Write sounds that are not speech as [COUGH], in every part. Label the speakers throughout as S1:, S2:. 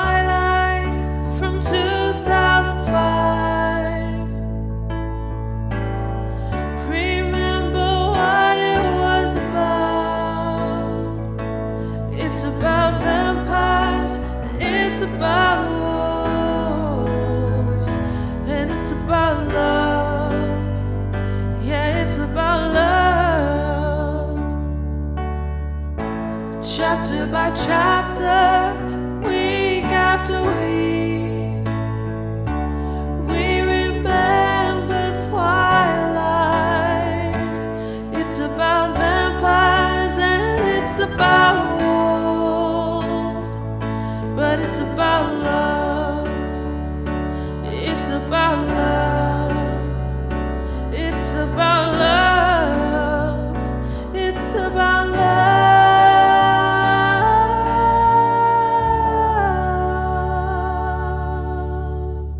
S1: twilight from 2005. Remember what it was about. It's about vampires, and it's about wolves, and it's about love. Yeah, it's about love chapter by chapter, week after week. We remember Twilight. It's about vampires and it's about wolves, but it's about love. It's about love. It's about love. It's about love.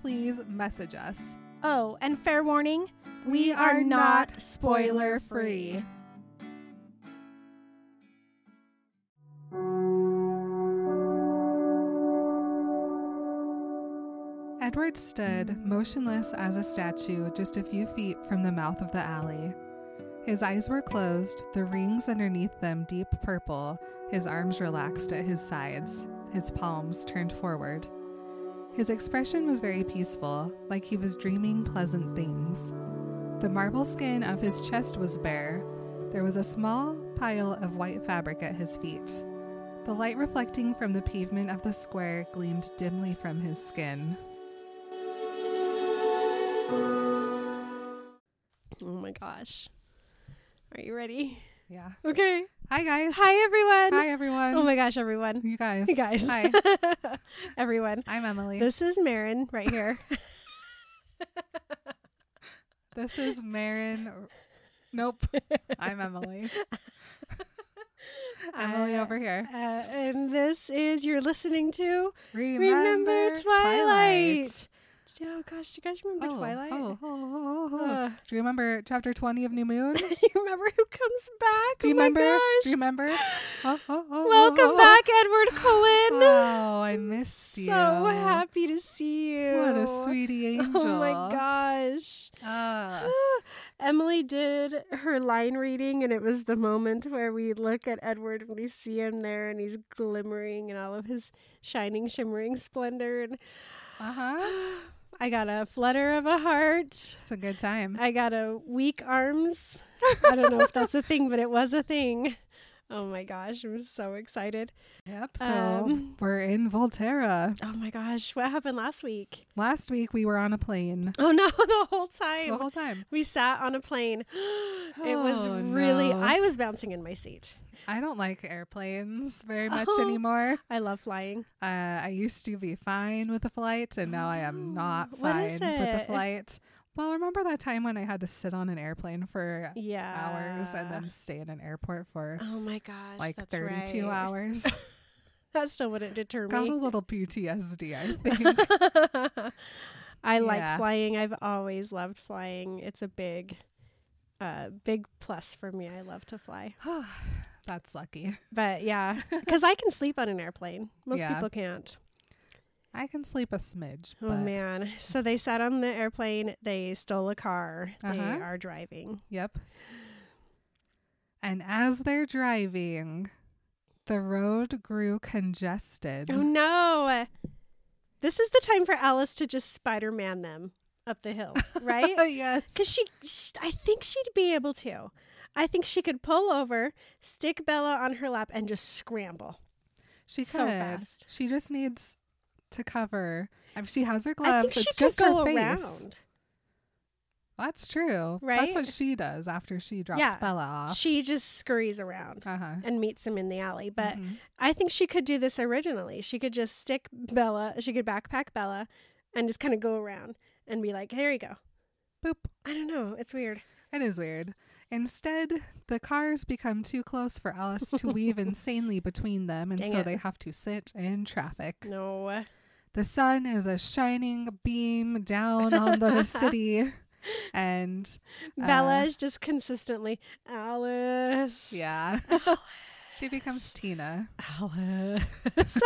S2: please message us.
S3: Oh, and fair warning, we,
S2: are not
S3: spoiler-free.
S2: spoiler-free. Edward stood motionless as a statue just a few feet from the mouth of the alley. His eyes were closed, the rings underneath them deep purple, his arms relaxed at his sides, his palms turned forward. His expression was very peaceful, like he was dreaming pleasant things. The marble skin of his chest was bare. There was a small pile of white fabric at his feet. The light reflecting from the pavement of the square gleamed dimly from his skin.
S3: Oh my gosh. Are you ready?
S2: Yeah.
S3: Okay.
S2: Hi, guys.
S3: Hi, everyone.
S2: Hi, everyone.
S3: Oh my gosh, everyone.
S2: You guys.
S3: You guys. [LAUGHS]
S2: Hi.
S3: everyone.
S2: I'm Emily. This,
S3: This is Marin right here.
S2: is Marin.
S3: [LAUGHS]
S2: Nope. I'm Emily. [LAUGHS] Emily
S3: I-
S2: over here.
S3: Uh, and this is you're listening to Remember,
S2: Remember,
S3: Twilight. Did you- Oh gosh, do you guys remember
S2: Oh,
S3: Twilight?
S2: oh, oh, oh, oh.
S3: Uh,
S2: Do you remember chapter 20 of New Moon? Do
S3: [LAUGHS] you remember who comes back?
S2: you
S3: oh
S2: remember?
S3: My gosh.
S2: Do you remember? Oh, oh, oh, oh,
S3: Welcome
S2: oh.
S3: back,
S2: [GASPS]
S3: Edward Cullen.
S2: Wow, I missed
S3: [LAUGHS]
S2: you.
S3: So happy to see you. [LAUGHS]
S2: What a sweetie angel.
S3: Oh my gosh.
S2: Ah,
S3: [GASPS] Emily did her line reading, and it was the moment where we look at Edward and we see him there, and he's glimmering in all of his shining, shimmering splendor. And
S2: uh-huh.
S3: I got a flutter of a heart.
S2: It's a good time.
S3: I got a weak
S2: [LAUGHS]
S3: arms. I don't know if that's a thing, but it was a thing. Oh my gosh, I'm so excited.
S2: Yep. So
S3: Um,
S2: we're in Volterra.
S3: Oh my gosh, what happened last week?
S2: Last week we were on a plane
S3: Oh no, [LAUGHS] the whole time.
S2: the whole time.
S3: we sat on a
S2: [GASPS]
S3: plane. it was
S2: Oh,
S3: really,
S2: no.
S3: I was bouncing in my seat.
S2: I don't like airplanes very much
S3: Oh.
S2: anymore.
S3: I love flying.
S2: Uh, I used to be fine with a flight, and now I
S3: [GASPS]
S2: am not
S3: Oh, what is
S2: fine with a
S3: it?
S2: flight. Well, remember that time when I had to sit on an airplane for
S3: Yeah.
S2: hours and then stay in an airport for
S3: Oh my gosh.
S2: like
S3: that's
S2: 32
S3: right. [LAUGHS]
S2: hours?
S3: That's still wouldn't deter
S2: Got
S3: me.
S2: a little
S3: [LAUGHS]
S2: PTSD, I think.
S3: I like
S2: Yeah.
S3: flying. I've always loved flying. It's a big, uh, big plus for me. I love to fly.
S2: That's lucky.
S3: But
S2: [LAUGHS]
S3: yeah, because I can sleep on an airplane. Most
S2: Yeah.
S3: people can't.
S2: I can sleep a smidge,
S3: Oh
S2: but
S3: man. So they sat on the airplane. They stole a car. They
S2: Uh-huh.
S3: are driving.
S2: yep. And as they're driving, the road grew congested.
S3: Oh no. This is the time for Alice to just Spider Man them up the hill,
S2: [LAUGHS]
S3: right?
S2: yes.
S3: Because she, sh I think she'd be able to. I think she could pull over, stick Bella on her lap, and just scramble.
S2: She could.
S3: so fast.
S2: She just needs to cover. I mean, she has her
S3: I think
S2: gloves.
S3: she could
S2: it's just
S3: go
S2: her face.
S3: around.
S2: That's true.
S3: Right?
S2: That's what she does after she drops
S3: Yeah.
S2: Bella off.
S3: She just scurries around
S2: Uh huh.
S3: and meets him in the alley. But
S2: Mm-hmm.
S3: I think she could do this originally. She could just stick Bella, she could backpack Bella and just kind of go around and be like, there you go.
S2: Boop.
S3: I don't know. It's weird.
S2: It is weird. Instead, the cars become too close for Alice
S3: [LAUGHS]
S2: to weave insanely between them, and
S3: Dang
S2: so
S3: it.
S2: they have to sit in traffic.
S3: No.
S2: The sun is a shining beam down on the
S3: [LAUGHS]
S2: city, and um, Uh.
S3: Bella is just consistently, Alice.
S2: yeah,
S3: [LAUGHS]
S2: she becomes Tina.
S3: Alice. [LAUGHS]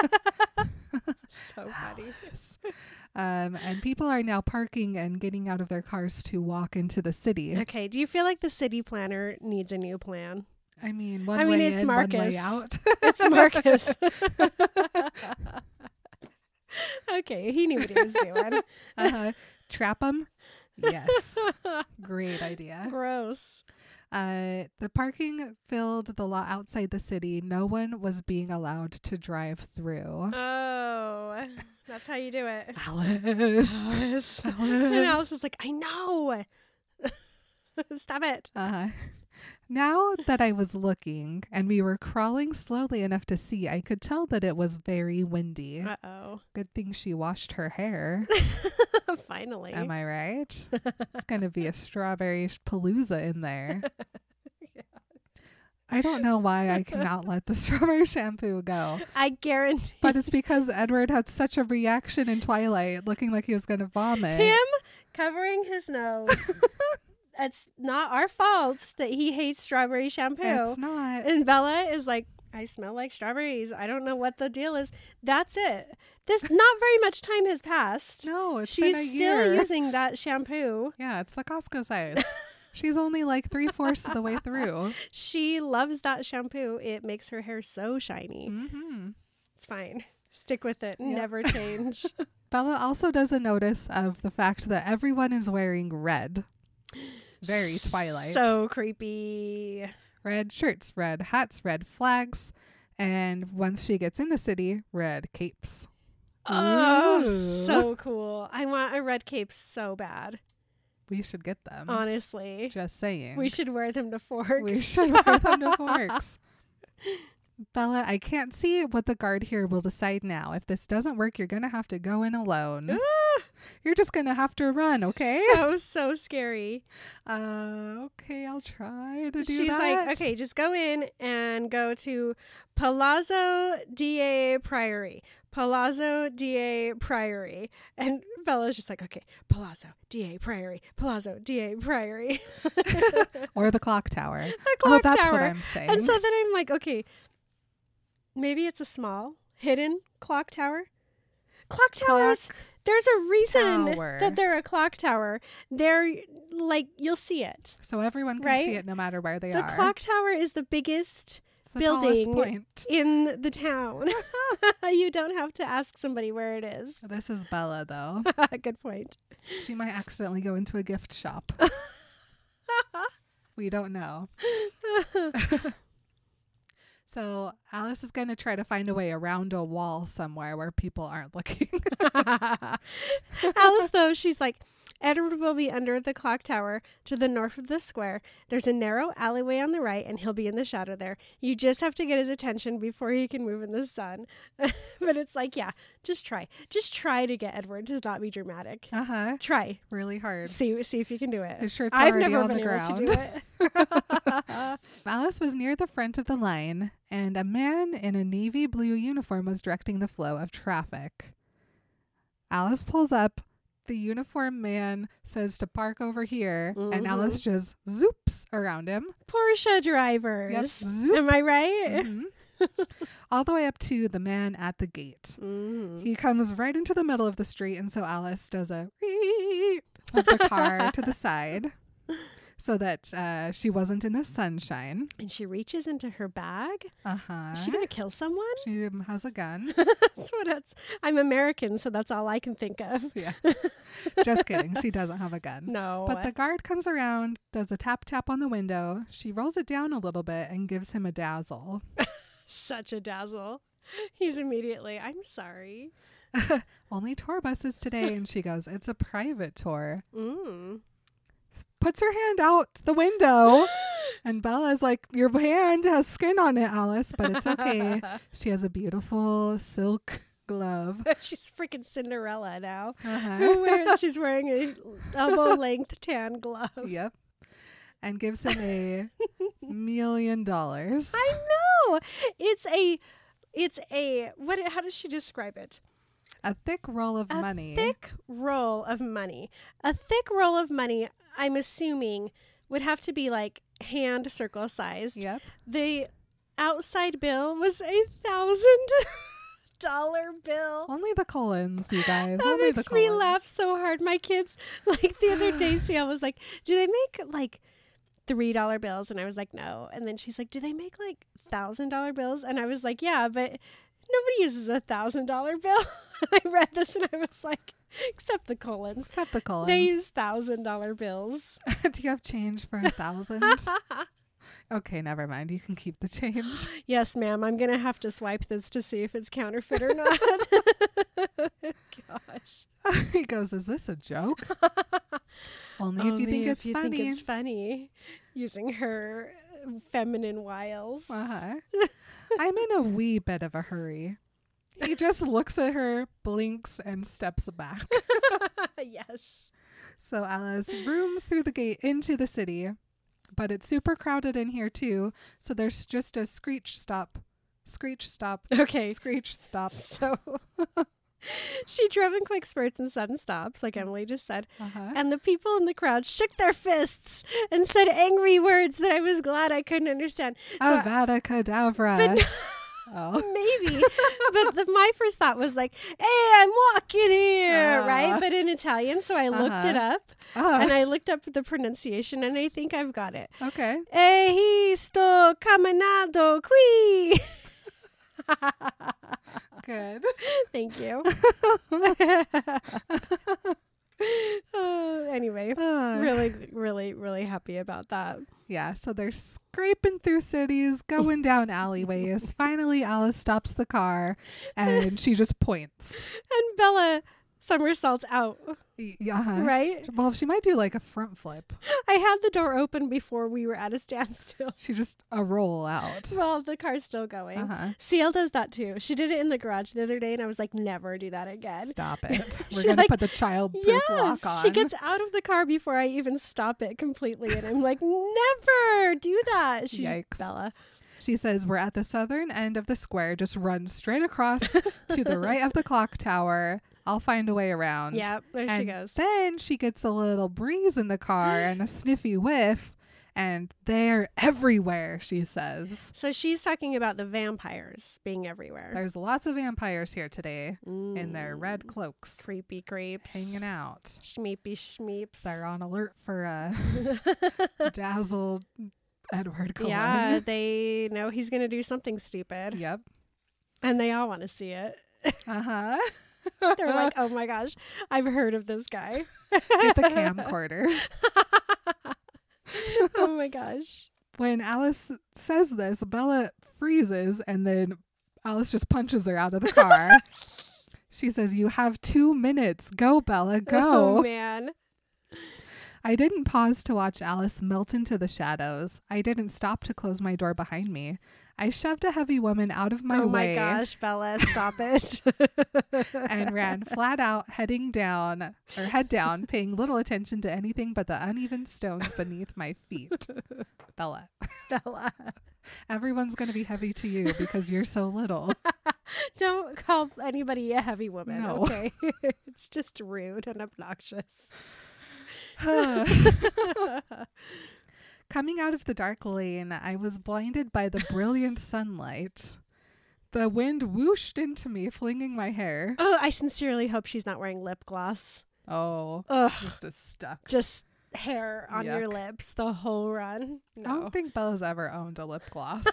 S3: so funny. [LAUGHS]
S2: Um, and people are now parking and getting out of their cars to walk into the city.
S3: Okay. Do you feel like the city planner needs a new plan?
S2: I mean, one
S3: I mean,
S2: way
S3: it's
S2: in, one
S3: Marcus. [LAUGHS]
S2: way out.
S3: It's [LAUGHS] Marcus. okay. He knew what he was [LAUGHS] doing.
S2: uh, trap them.
S3: [LAUGHS]
S2: Yes, great idea.
S3: Gross.
S2: Uh, the parking filled the lot outside the city. No one was being allowed to drive through.
S3: Oh. That's how you do it.
S2: [LAUGHS] Alice. [LAUGHS]
S3: Alice. [LAUGHS] And
S2: Alice.
S3: Alice is like, I know. [LAUGHS] Stop it.
S2: Uh, now that I was looking and we were crawling slowly enough to see, I could tell that it was very windy.
S3: Uh [LAUGHS] oh.
S2: Good thing she washed her [LAUGHS] hair.
S3: Finally.
S2: Am I [LAUGHS] right? it's going to be a strawberry sh- palooza in [LAUGHS] there. I don't know why I cannot let the [LAUGHS] strawberry shampoo go,
S3: I guarantee
S2: but it's because Edward had such a reaction in Twilight, looking like he was going to vomit.
S3: him covering his nose.
S2: [LAUGHS]
S3: it's not our fault that he hates strawberry shampoo.
S2: It's not.
S3: And Bella is like, I smell like strawberries. I don't know what the deal is. That's it. This not very much time has passed.
S2: no, it's
S3: She's
S2: been a
S3: still
S2: year.
S3: using that shampoo.
S2: Yeah, it's the
S3: [LAUGHS]
S2: Costco size. She's only like three fourths of the way through.
S3: She loves that shampoo. It makes her hair so shiny.
S2: hmm
S3: It's fine. Stick with it.
S2: Yep. [LAUGHS]
S3: Never change.
S2: Bella also does a notice of the fact that everyone is wearing red. Very Twilight.
S3: So creepy.
S2: red shirts, red hats, red flags, and once she gets in the city, red capes.
S3: Oh,
S2: Ooh.
S3: so cool. I want a red cape so bad.
S2: We should get them.
S3: Honestly,
S2: Just saying.
S3: we should wear them to forks.
S2: Mm. We [LAUGHS] should
S3: [LAUGHS]
S2: wear them to forks. Bella, I can't see what the guard here will decide now. If this doesn't work, you're going to have to go in alone. You're just going to have to run, okay?
S3: Ah. So so scary.
S2: [LAUGHS] Uh, okay, I'll try to do
S3: She's
S2: that.
S3: like, okay, just go in and go to Palazzo da Priory. Palazzo da Priory. And Bella's just like, okay, Palazzo da Priory. Palazzo da Priory. [LAUGHS]
S2: Or the clock tower.
S3: The clock
S2: oh, that's what
S3: tower.
S2: I'm saying.
S3: And so then I'm like, okay, maybe it's a small, hidden clock tower. Clock towers.
S2: Clock
S3: there's a reason
S2: tower.
S3: that they're a clock tower. They're like you'll see it.
S2: So everyone can
S3: Right?
S2: see it no matter where they
S3: the
S2: are.
S3: clock tower is the biggest
S2: it's the
S3: building.
S2: tallest point.
S3: in the
S2: [LAUGHS]
S3: town. [LAUGHS] you don't have to ask somebody where it is.
S2: This is Bella, though.
S3: Good point.
S2: she might accidentally go into a gift [LAUGHS] shop. we don't [LAUGHS] know. so Alice is going to try to find a way around a wall somewhere where people aren't looking.
S3: [LAUGHS]
S2: [LAUGHS]
S3: Alice, though, she's like, Edward will be under the clock tower to the north of the square. There's a narrow alleyway on the right, and he'll be in the shadow there. You just have to get his attention before he can move in the sun. [LAUGHS] but it's like, yeah, just try. Just try to get Edward to not be dramatic.
S2: uh huh.
S3: Try.
S2: Really hard.
S3: See see if you can do it.
S2: His shirt's
S3: I've
S2: already
S3: never
S2: on
S3: been
S2: the
S3: able
S2: ground.
S3: to do it.
S2: Alice was near the front of the line, and a man in a navy blue uniform was directing the flow of traffic. Alice pulls up. The uniform man says to park over here, and Alice just zoops around him.
S3: [LAUGHS] Porsche drivers.
S2: zoop.
S3: Am I right?
S2: Mhm.
S3: Mm-hmm.
S2: [LAUGHS] All the way up to the man at the gate.
S3: Mm.
S2: He comes right into the middle of the street, and so Alice does a "Ree" of the car
S3: [LAUGHS]
S2: to the side so that uh, she wasn't in the sunshine.
S3: And she reaches into her bag.
S2: Uh huh.
S3: Is she gonna kill someone? [LAUGHS]
S2: She um, has a gun.
S3: That's what it's. I'm American, so that's all I can think of.
S2: Yeah. Just kidding. She doesn't have a gun.
S3: No.
S2: But the guard comes around, does a tap tap on the window. She rolls it down a little bit and gives him a dazzle.
S3: [LAUGHS] Such a dazzle. He's immediately, I'm sorry.
S2: Only tour buses today. And she goes, It's a private tour.
S3: Mm.
S2: puts her hand out the window. And Bella's like, Your hand has skin on it, Alice, but
S3: [LAUGHS]
S2: it's okay. she has a beautiful silk glove.
S3: [LAUGHS] she's freaking Cinderella
S2: [LAUGHS]
S3: now.
S2: Uh-huh.
S3: Who wears? She's wearing a elbow length tan glove.
S2: yep. And gives him a million dollars.
S3: [LAUGHS] I know. It's a. It's a. What? How does she describe it?
S2: A thick roll of
S3: a
S2: money.
S3: thick roll of money. A thick roll of money, I'm assuming, would have to be like hand circle sized.
S2: Yep.
S3: The outside bill was a thousand [LAUGHS] dollar bill.
S2: Only the Collins, you guys.
S3: That
S2: Only the
S3: makes me
S2: Collins.
S3: laugh so hard. My kids, [LAUGHS] like the other
S2: [GASPS]
S3: day, Sam was like, Do they make like three dollar bills? And I was like, No. And then she's like, Do they make like thousand dollar bills? And I was like, Yeah, but nobody uses a thousand dollar [LAUGHS] bill. I read this and I was like, Except the Colons.
S2: Except the Collins.
S3: They use thousand dollar bills.
S2: [LAUGHS] Do you have change for
S3: [LAUGHS]
S2: a thousand? okay, never mind. You can keep the change.
S3: yes, ma'am. I'm gonna have to swipe this to see if it's counterfeit or
S2: [LAUGHS]
S3: not. [LAUGHS] Gosh.
S2: he goes, Is this
S3: [LAUGHS]
S2: a joke? Only, if you think
S3: if
S2: it's
S3: you
S2: funny.
S3: think it's funny, using her uh, feminine wiles.
S2: [LAUGHS] uh-huh. I'm in a wee bit of a hurry. He just looks at her, blinks, and steps back.
S3: [LAUGHS]
S2: [LAUGHS]
S3: yes.
S2: So Alice rooms through the gate into the city, but it's super crowded in here too. So there's just a screech stop, screech stop,
S3: [LAUGHS] Okay.
S2: screech stop.
S3: So [LAUGHS] she drove in quick spurts and sudden stops, like Emily just said.
S2: Uh-huh.
S3: And the people in the crowd shook their fists and said angry words that I was glad I couldn't understand. So
S2: Avada
S3: But
S2: Kedavra. [LAUGHS] oh. [LAUGHS]
S3: maybe but the, my first thought was like hey i'm walking here
S2: Ah.
S3: right but in italian so i looked it up
S2: Uh-huh.
S3: [LAUGHS]
S2: Oh,
S3: and i looked up the pronunciation and i think i've got it
S2: okay.
S3: e sto camminando qui
S2: Good.
S3: [LAUGHS] thank
S2: [LAUGHS]
S3: you Uh, anyway
S2: Uh,
S3: [LAUGHS] really really really happy about that
S2: Yeah, so they're scraping through cities, going
S3: [LAUGHS]
S2: down alleyways. Finally, Alice stops the car and she just points.
S3: and bella somersaults out
S2: Y- Uh-huh.
S3: right
S2: Well, she might do like a front flip.
S3: i had the door open before we were at a [LAUGHS] standstill
S2: She just a roll out.
S3: well the car's still going
S2: Uh-huh.
S3: CL does that too. She did it in the garage the other day, and I was like, never do that again.
S2: Stop it.
S3: [LAUGHS]
S2: We're
S3: She,
S2: going
S3: like-
S2: to put the child-proof lock
S3: Yes,
S2: on.
S3: she gets out of the car before I even stop it completely, and I'm
S2: [LAUGHS]
S3: like, never do that. She's
S2: Yikes.
S3: Bella.
S2: She says, We're at the southern end of the square. Just run straight
S3: [LAUGHS]
S2: across to the right of the clock tower. I'll find a way around.
S3: Yep, there she
S2: and
S3: goes.
S2: Then she gets a little breeze in the car
S3: [GASPS]
S2: and a sniffy whiff, and they're everywhere, she says.
S3: So she's talking about the vampires being everywhere.
S2: There's lots of vampires here today in their
S3: Mm,
S2: red cloaks
S3: creepy creeps,
S2: hanging out.
S3: schmeepy schmeeps. [LAUGHS]
S2: They're on alert for a dazzled Edward Cullen.
S3: yeah, [LAUGHS] they know he's gonna do something stupid,
S2: Yep.
S3: and they all want to see it.
S2: Uh huh.
S3: They're like, oh my gosh, I've heard of this guy.
S2: [LAUGHS] Get
S3: [LAUGHS]
S2: the camcorders.
S3: oh my gosh.
S2: When Alice says this, Bella freezes and then Alice just punches her out of the car.
S3: [LAUGHS]
S2: she says, You have two minutes. Go, Bella, go.
S3: Oh man.
S2: I didn't pause to watch Alice melt into the shadows. I didn't stop to close my door behind me. I shoved a heavy woman out of my
S3: oh
S2: way
S3: my gosh, Bella, stop it.
S2: [LAUGHS] and ran flat out, heading down or head
S3: [LAUGHS]
S2: down, paying little attention to anything but the uneven stones beneath my
S3: [LAUGHS]
S2: feet. Bella, [LAUGHS]
S3: Bella.
S2: everyone's going to be heavy to you because you're
S3: [LAUGHS]
S2: so little. [LAUGHS] [SIGHS]
S3: Don't call anybody a heavy woman,
S2: No.
S3: okay? [LAUGHS] it's just rude and
S2: [LAUGHS]
S3: obnoxious. [LAUGHS]
S2: Coming out of the dark lane, I was blinded by the brilliant sunlight. The wind whooshed into me, flinging my hair.
S3: Oh, I sincerely hope she's not wearing lip gloss.
S2: Oh,
S3: Ugh.
S2: just is stuck.
S3: Just hair on your
S2: Yuck. Oh.
S3: lips the whole run.
S2: I
S3: No.
S2: don't think Bella's ever owned a lip
S3: [LAUGHS]
S2: gloss.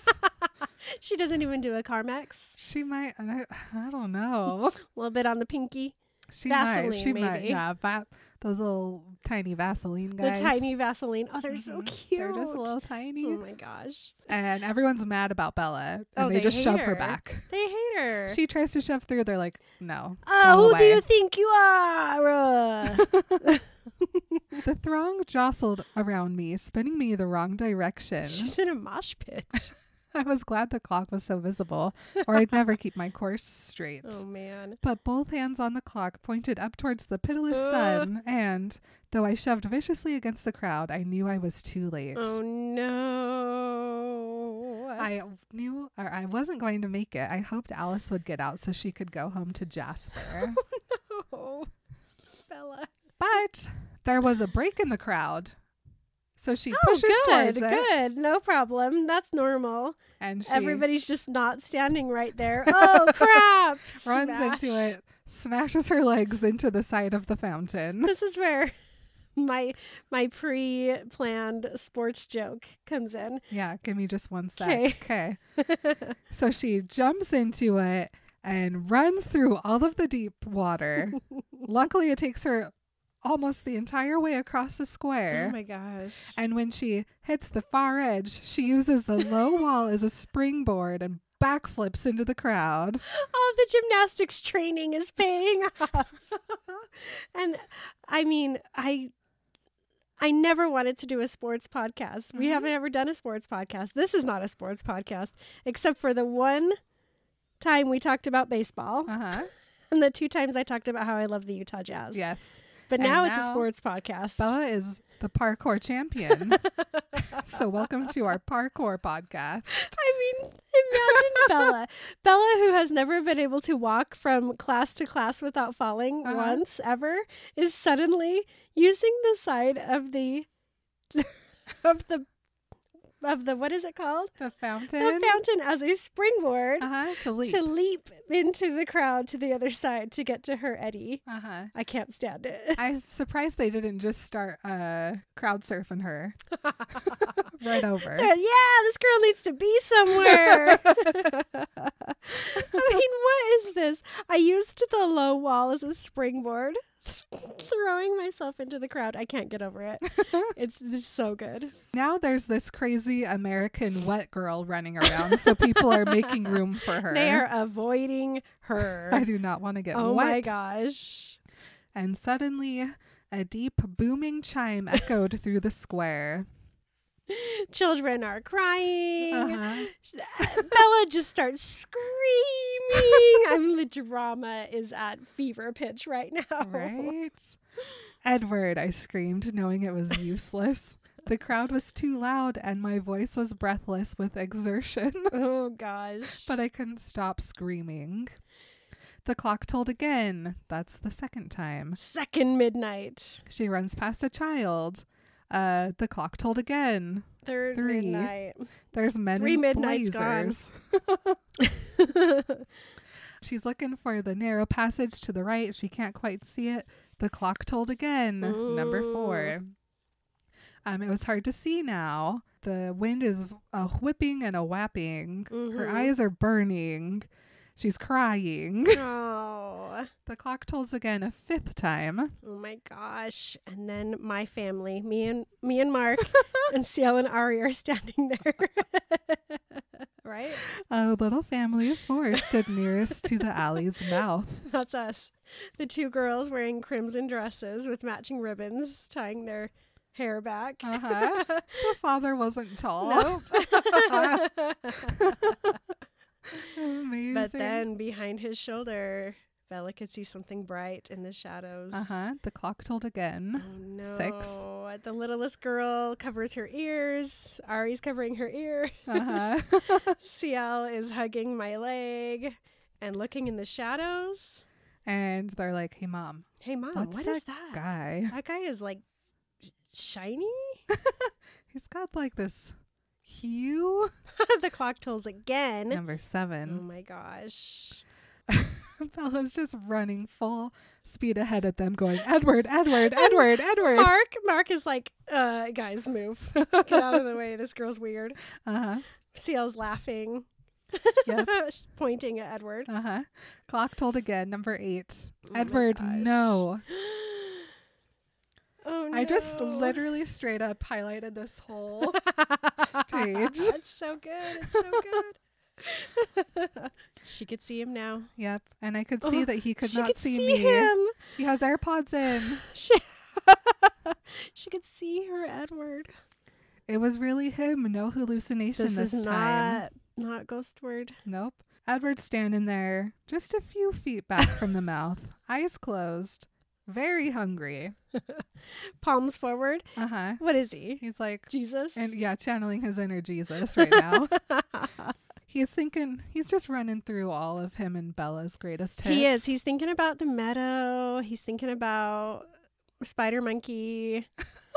S3: She doesn't even do a Carmex.
S2: she might. I, I don't
S3: A
S2: know.
S3: little bit on the pinky.
S2: She might.
S3: Vaseline,
S2: She might.
S3: maybe.
S2: Yeah, but those little tiny Vaseline guys.
S3: The tiny Vaseline. Oh, they're so
S2: Mhm.
S3: cute.
S2: They're just a little
S3: Oh
S2: tiny.
S3: my gosh.
S2: And everyone's mad about Bella, and
S3: Oh,
S2: they,
S3: they
S2: just shove
S3: hate
S2: her
S3: her.
S2: back.
S3: They hate her.
S2: She tries to shove through. They're like, no.
S3: Uh,
S2: go
S3: who do
S2: away.
S3: [LAUGHS] you think you are?
S2: The throng jostled around me, spinning me the wrong direction.
S3: She's in a mosh pit.
S2: [LAUGHS] I was glad the clock was so visible, or I'd never keep my course straight.
S3: oh man.
S2: But both hands on the clock pointed up towards the pitiless
S3: Ugh.
S2: sun, and though I shoved viciously against the crowd, I knew I was too late.
S3: Oh no.
S2: I knew or I wasn't going to make it. I hoped Alice would get out so she could go home
S3: [LAUGHS]
S2: to Jasper.
S3: oh, [LAUGHS] Bella.
S2: but there was a break in the crowd. So she
S3: Oh,
S2: pushes
S3: good,
S2: towards it
S3: good. No problem. That's normal.
S2: and she
S3: Everybody's just not standing right [LAUGHS] there. Oh crap!
S2: runs
S3: Smash.
S2: into it, smashes her legs into the side of the
S3: [LAUGHS]
S2: fountain. [LAUGHS]
S3: This is where my my pre-planned sports joke comes in.
S2: Yeah, give me just one sec.
S3: 'Kay.
S2: Okay.
S3: [LAUGHS]
S2: so she jumps into it and runs through all of the deep
S3: [LAUGHS]
S2: water. Luckily, it takes her almost the entire way across the square.
S3: Oh my gosh.
S2: And when she hits the far edge, she uses the
S3: [LAUGHS]
S2: low wall as a springboard and backflips into
S3: [LAUGHS]
S2: the crowd.
S3: all the gymnastics training is paying [LAUGHS] off. and I mean, I I never wanted to do a sports podcast.
S2: Mm-hmm.
S3: We haven't ever done a sports podcast. This is not a sports podcast except for the one time we talked about baseball
S2: Uh huh.
S3: and the two times I talked about how I love the Utah Jazz.
S2: Yes.
S3: But
S2: And
S3: now, it's a
S2: now-
S3: sports podcast.
S2: Bella is the parkour champion. [LAUGHS] so, welcome to our parkour podcast.
S3: I mean, imagine
S2: [LAUGHS]
S3: Bella. Bella, who has never been able to walk from class to class without falling
S2: Uh-huh.
S3: once ever, is suddenly using the side of the [LAUGHS] of the of the what is it called?
S2: The fountain.
S3: The fountain as a springboard
S2: Uh huh. To leap.
S3: to leap into the crowd to the other side to get to her Eddie.
S2: uh huh.
S3: I can't stand it.
S2: I'm surprised they didn't just start uh, crowd
S3: [LAUGHS]
S2: surfing her right over.
S3: yeah, this girl needs to be
S2: [LAUGHS]
S3: somewhere. [LAUGHS] I mean, what is this? I used the low wall as a springboard, [LAUGHS] throwing myself into the crowd. I can't get over
S2: [LAUGHS]
S3: it. It's, it's so good.
S2: Now there's this crazy American wet girl running around, so people are making room for her.
S3: They are avoiding
S2: [LAUGHS] I
S3: her.
S2: do not want to get
S3: oh
S2: wet.
S3: my gosh.
S2: And suddenly, a deep booming chime echoed through the square.
S3: Children are crying. uh,
S2: Uh-huh.
S3: Bella just starts
S2: [LAUGHS]
S3: screaming. I mean, the drama is at fever pitch right now.
S2: Right? Edward, I screamed, knowing it was useless. The crowd was too loud, and my voice was breathless with exertion.
S3: [LAUGHS]
S2: [LAUGHS]
S3: Oh gosh.
S2: but I couldn't stop screaming. The clock told again. That's the second time.
S3: Second midnight.
S2: She runs past a child. Uh, the clock told again.
S3: Third
S2: Three.
S3: midnight.
S2: There's men
S3: Three
S2: in
S3: midnights gone.
S2: blazers.
S3: [LAUGHS]
S2: She's looking for the narrow passage to the right. She can't quite see it. The clock told again. Number four. Um, it was hard to see now. The wind is a whipping and a whapping. Her
S3: Mhm.
S2: eyes are burning. She's crying.
S3: Oh,
S2: The clock tolls again a fifth time.
S3: oh my gosh! And then my family, me and me and
S2: [LAUGHS]
S3: Mark and Ciel and Ari are standing there, [LAUGHS] right?
S2: A little family of four stood nearest to the alley's mouth.
S3: That's us, the two girls wearing crimson dresses with matching ribbons, tying their hair back.
S2: Uh-huh. [LAUGHS] The father wasn't tall.
S3: [LAUGHS]
S2: Amazing.
S3: but then behind his shoulder, Bella could see something bright in the shadows.
S2: uh huh. The clock tolled
S3: Oh
S2: again.
S3: [LAUGHS] no.
S2: Six.
S3: The littlest girl covers her ears. Ari's covering her [LAUGHS] ear.
S2: Uh
S3: [LAUGHS]
S2: huh.
S3: CL is hugging my leg and looking in the shadows.
S2: and they're like, "Hey, mom,
S3: Hey, mom,
S2: What's
S3: what is that?
S2: guy,
S3: That guy is like sh- shiny. [LAUGHS]
S2: he's got like this hue."
S3: the clock tolls again.
S2: Number
S3: Oh
S2: seven.
S3: my gosh. Mm.
S2: [LAUGHS] Bella's just running full speed ahead at them, going, "Edward,
S3: [LAUGHS]
S2: Edward, Edward, Edward."
S3: Mark, Mark is like, uh, guys, move. [LAUGHS] Get out of the way. This girl's weird.
S2: Uh huh.
S3: CL's laughing,
S2: Yep.
S3: [LAUGHS] pointing at Edward.
S2: Uh huh. Clock told again. Number eight.
S3: Oh my
S2: Edward,
S3: gosh.
S2: no.
S3: Oh no.
S2: I just literally straight up highlighted this
S3: [LAUGHS]
S2: whole [LAUGHS] page.
S3: That's so good. It's so good. she could see him now.
S2: Yep. And I could see
S3: Oh,
S2: that he could
S3: she
S2: not
S3: could
S2: see,
S3: see
S2: me.
S3: him.
S2: He has AirPods in.
S3: She- [LAUGHS] she could see her Edward.
S2: It was really him, no hallucination this,
S3: This is
S2: time.
S3: not not ghost word.
S2: Nope. Edward's standing there, just a few feet back from the mouth, [LAUGHS] eyes closed, very hungry.
S3: Palms forward.
S2: Uh huh.
S3: What is he? [LAUGHS]
S2: He's like,
S3: Jesus.
S2: and yeah, channeling his inner Jesus
S3: [LAUGHS]
S2: right now. he's thinking, he's just running through all of him and Bella's greatest hits.
S3: He is. He's thinking about the meadow. He's thinking about Spider Monkey.
S2: [LAUGHS]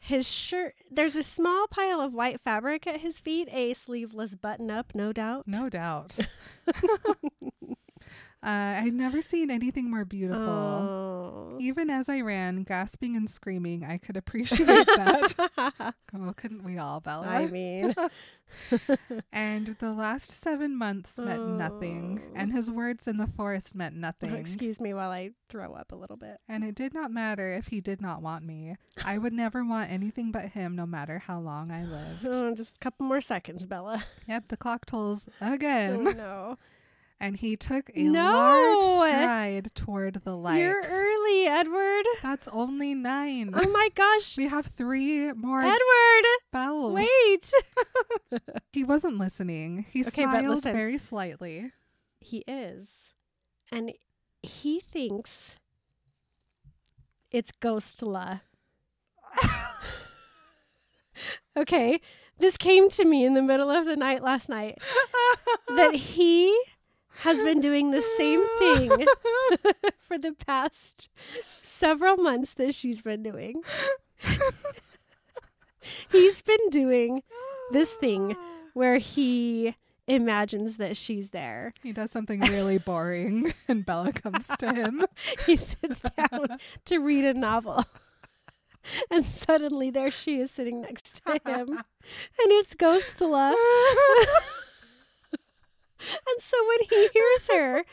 S3: his shirt. There's a small pile of white fabric at his feet, a sleeveless button up, no doubt.
S2: No
S3: [LAUGHS]
S2: doubt. uh, I'd never seen anything more beautiful.
S3: Oh.
S2: Even as I ran, gasping and screaming, I could appreciate that.
S3: [LAUGHS]
S2: oh, couldn't we all, Bella?
S3: I mean, [LAUGHS]
S2: and the last seven months meant nothing,
S3: Oh.
S2: and his words in the forest meant nothing.
S3: excuse me while I throw up a little bit.
S2: and it did not matter if he did not want me. I would never want anything but him, no matter how long I lived.
S3: Oh, just a couple more seconds, Bella. [LAUGHS]
S2: yep, the clock tolls
S3: Oh,
S2: again.
S3: no.
S2: And he took a
S3: No!
S2: large stride toward the light.
S3: You're early, Edward.
S2: That's only nine.
S3: Oh my gosh.
S2: We have three more
S3: Edward,
S2: bells.
S3: wait.
S2: He wasn't listening. He
S3: Okay, but
S2: smiled
S3: listen.
S2: very slightly.
S3: he is. And he thinks it's Ghostla. [LAUGHS] okay. This came to me in the middle of the night last night that he has been doing the same thing [LAUGHS] for the past several months that she's been doing. He's been doing this thing where he imagines that she's there.
S2: He does something really boring, [LAUGHS] and Bella comes to him.
S3: [LAUGHS] he sits down to read a novel. [LAUGHS] And suddenly there she is sitting next to him. And it's Ghostla. [LAUGHS] and so when he hears her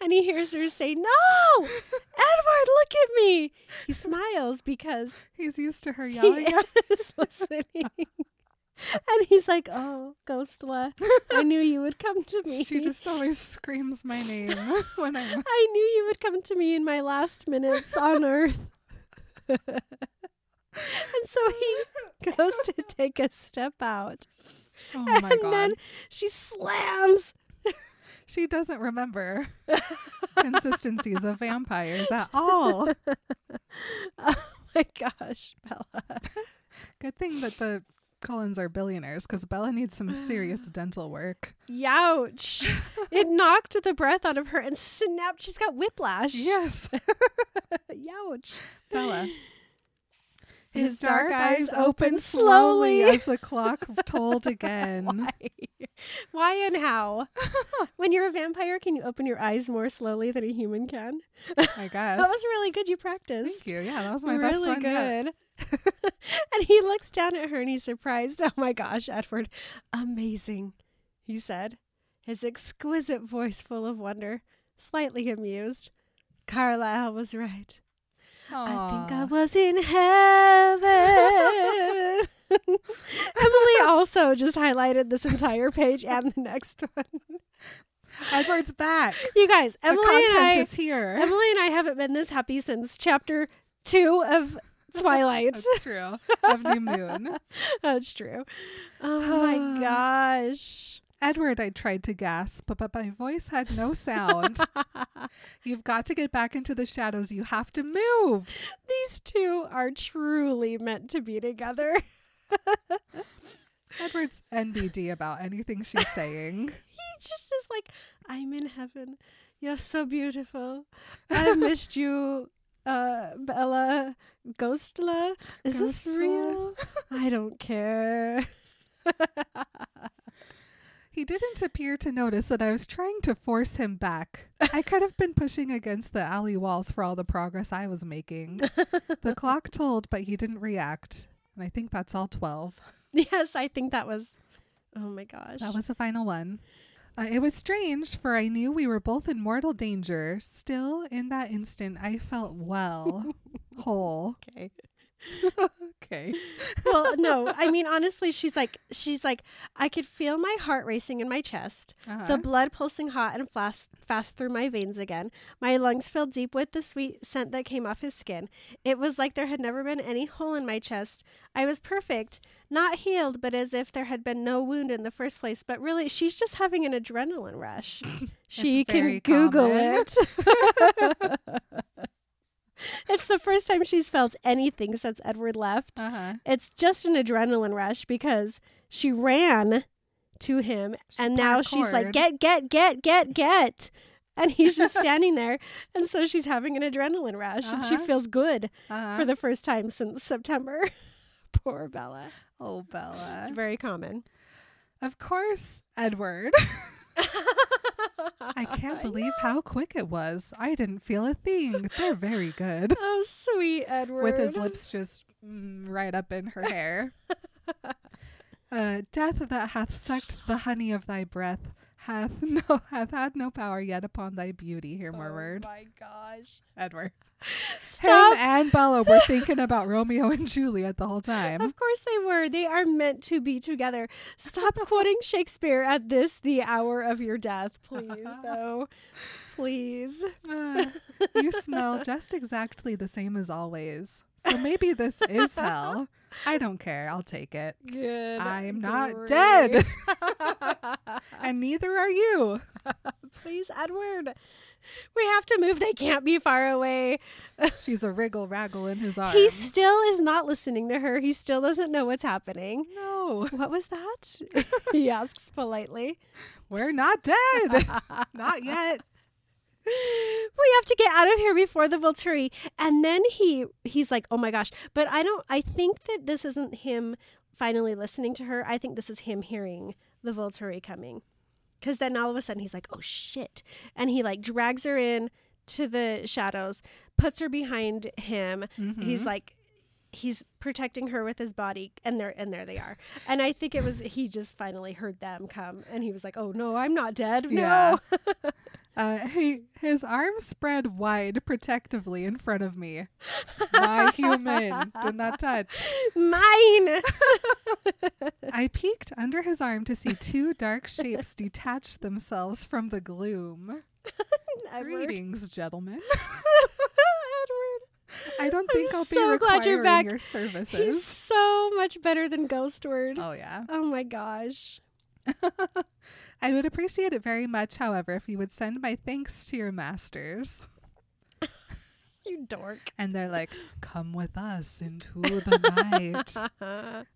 S3: and he hears her say, No, Edward, look at me. He smiles because
S2: He's used to her
S3: he
S2: yelling. at-
S3: is [LAUGHS] listening. and he's like, Oh, Ghostla, I knew you would come to me.
S2: [LAUGHS] She just always screams my
S3: [LAUGHS]
S2: name [LAUGHS] when I'm.
S3: I knew you would come to me in my last minutes on earth. and so
S2: [LAUGHS]
S3: he goes to take a step out.
S2: Oh my
S3: and
S2: god!
S3: then she slams. [LAUGHS]
S2: she doesn't remember consistencies of vampires at
S3: [LAUGHS]
S2: all.
S3: Oh my gosh, Bella.
S2: Good thing that the Cullens are billionaires, because Bella needs some
S3: [SIGHS]
S2: serious dental work.
S3: Youch. It
S2: [LAUGHS]
S3: knocked the breath out of her and snapped. She's got whiplash.
S2: Yes,
S3: [LAUGHS] Youch.
S2: Bella.
S3: [LAUGHS] His dark eyes opened slowly.
S2: as
S3: [LAUGHS]
S2: the clock told again.
S3: Why and how?
S2: [LAUGHS]
S3: when you're a vampire, can you open your eyes more slowly than a human can?
S2: I
S3: [LAUGHS] That
S2: guess.
S3: was really good. You practiced.
S2: Thank you. Yeah, that was my
S3: really
S2: best one. yet.
S3: good. [LAUGHS] and he looks down at her and he's surprised. [LAUGHS] Oh my gosh, Edward. Amazing, he said, his exquisite voice full of wonder, slightly amused. Carlyle was right. I think I
S2: Aw.
S3: was in heaven.
S2: [LAUGHS]
S3: [LAUGHS] Emily also just highlighted this entire page and the next
S2: [LAUGHS]
S3: one.
S2: Edward's back.
S3: You guys, Emily
S2: the content
S3: and I,
S2: is here.
S3: Emily and I haven't been this happy since chapter two of
S2: [LAUGHS]
S3: Twilight.
S2: That's true. Of New Moon.
S3: [LAUGHS] That's true. Oh my
S2: [SIGHS]
S3: gosh.
S2: Edward, I tried to gasp, but my voice had no [LAUGHS] sound. You've got to get back into the shadows. You have to move.
S3: These two are truly meant to be together. [LAUGHS]
S2: Edward's NBD about anything she's [LAUGHS] saying.
S3: He just is like, I'm in heaven. You're so beautiful.
S2: [LAUGHS]
S3: I missed you, uh, Bella Ghostla. Is this
S2: Ghostla.
S3: real? I don't care.
S2: [LAUGHS]
S3: [LAUGHS]
S2: He didn't appear to notice that I was trying to force him back. I could have been pushing against the alley walls for all the progress I was [LAUGHS] making. The clock told, but he didn't react. And I think that's all 12.
S3: Yes, I think that was. Oh my gosh.
S2: That was the final one. Uh, it was strange, for I knew we were both in
S3: [LAUGHS]
S2: mortal danger. Still, in that instant, I felt well, whole.
S3: okay.
S2: okay.
S3: [LAUGHS] well, no,
S2: [LAUGHS]
S3: I mean honestly, she's like she's like I could feel my heart racing in my chest,
S2: Uh-huh.
S3: the blood pulsing hot and fast fast through my veins again. My lungs filled deep with the sweet scent that came off his skin. It was like there had never been any hole in my chest. I was perfect, not healed, but as if there had been no wound in the first place. But really, she's just having an adrenaline
S2: [LAUGHS]
S3: rush. she can
S2: very
S3: Google
S2: common. [LAUGHS]
S3: it. [LAUGHS] it's the first time she's felt anything since Edward left
S2: uh-huh.
S3: it's just an adrenaline rush because she ran to him and
S2: pulled
S3: now
S2: a
S3: she's like
S2: cord.
S3: get get get
S2: [LAUGHS]
S3: get get and he's just standing there and so she's having an adrenaline rush and she
S2: Uh-huh.
S3: feels good
S2: Uh-huh.
S3: for the first time since
S2: [LAUGHS]
S3: september poor bella [LAUGHS]
S2: oh,
S3: it's
S2: Bella.
S3: very common
S2: Of course,
S3: [LAUGHS]
S2: Edward. I can't believe how quick it was. I didn't feel a thing. They're very good.
S3: oh sweet edward
S2: With his lips just mm, right up in
S3: [LAUGHS]
S2: her hair. uh, death that hath sucked the honey of thy breath hath [LAUGHS] no hath had no power yet upon thy beauty. Here murmured
S3: Oh my gosh
S2: Edward.
S3: stop
S2: Him and Bella
S3: [LAUGHS]
S2: were thinking about Romeo and Juliet the whole time.
S3: Of course they were. They are meant to be together. Stop quoting Shakespeare at this, the hour of your death, please, though. Please.
S2: Uh, you smell just exactly the same as always. So maybe this is hell. I
S3: [LAUGHS]
S2: don't care. I'll take it.
S3: Good.
S2: I'm not dead.
S3: Uh,
S2: and neither are you.
S3: [LAUGHS] please, Edward. We have to move. They can't be far away.
S2: She's a wriggle raggle in his arms.
S3: He still is not listening to her. He still doesn't know what's happening.
S2: No,
S3: What was that? [LAUGHS] he asks politely.
S2: we're not dead. [LAUGHS] not yet.
S3: we have to get out of here before the Volturi. And then he he's like, oh my gosh. But I don't I think that this isn't him finally listening to her. I think this is him hearing the Volturi coming. Cause then all of a sudden he's like, oh shit. And he like drags her in to the shadows, puts her behind him. He's like he's protecting her with his body and there and there they are. And I think it was he just finally heard them come and he was like, Oh no, I'm not dead. No.
S2: Yeah. Uh, he, his arms spread wide protectively in front of me.
S3: [LAUGHS]
S2: My human did not touch.
S3: [LAUGHS] Mine.
S2: I peeked under his arm to see two
S3: [LAUGHS]
S2: dark shapes detach themselves from the gloom.
S3: Edward.
S2: Greetings,
S3: [LAUGHS]
S2: gentlemen.
S3: Edward.
S2: I don't think i will
S3: so
S2: be
S3: glad
S2: requiring
S3: you're back.
S2: your
S3: He's [LAUGHS]
S2: services.
S3: so much better than Ghostword.
S2: Oh yeah.
S3: Oh my gosh.
S2: I would appreciate it very much, however, if you would send my thanks to your masters.
S3: You
S2: [LAUGHS]
S3: dork. [LAUGHS]
S2: And they're like, "Come with us into the
S3: [LAUGHS]
S2: night."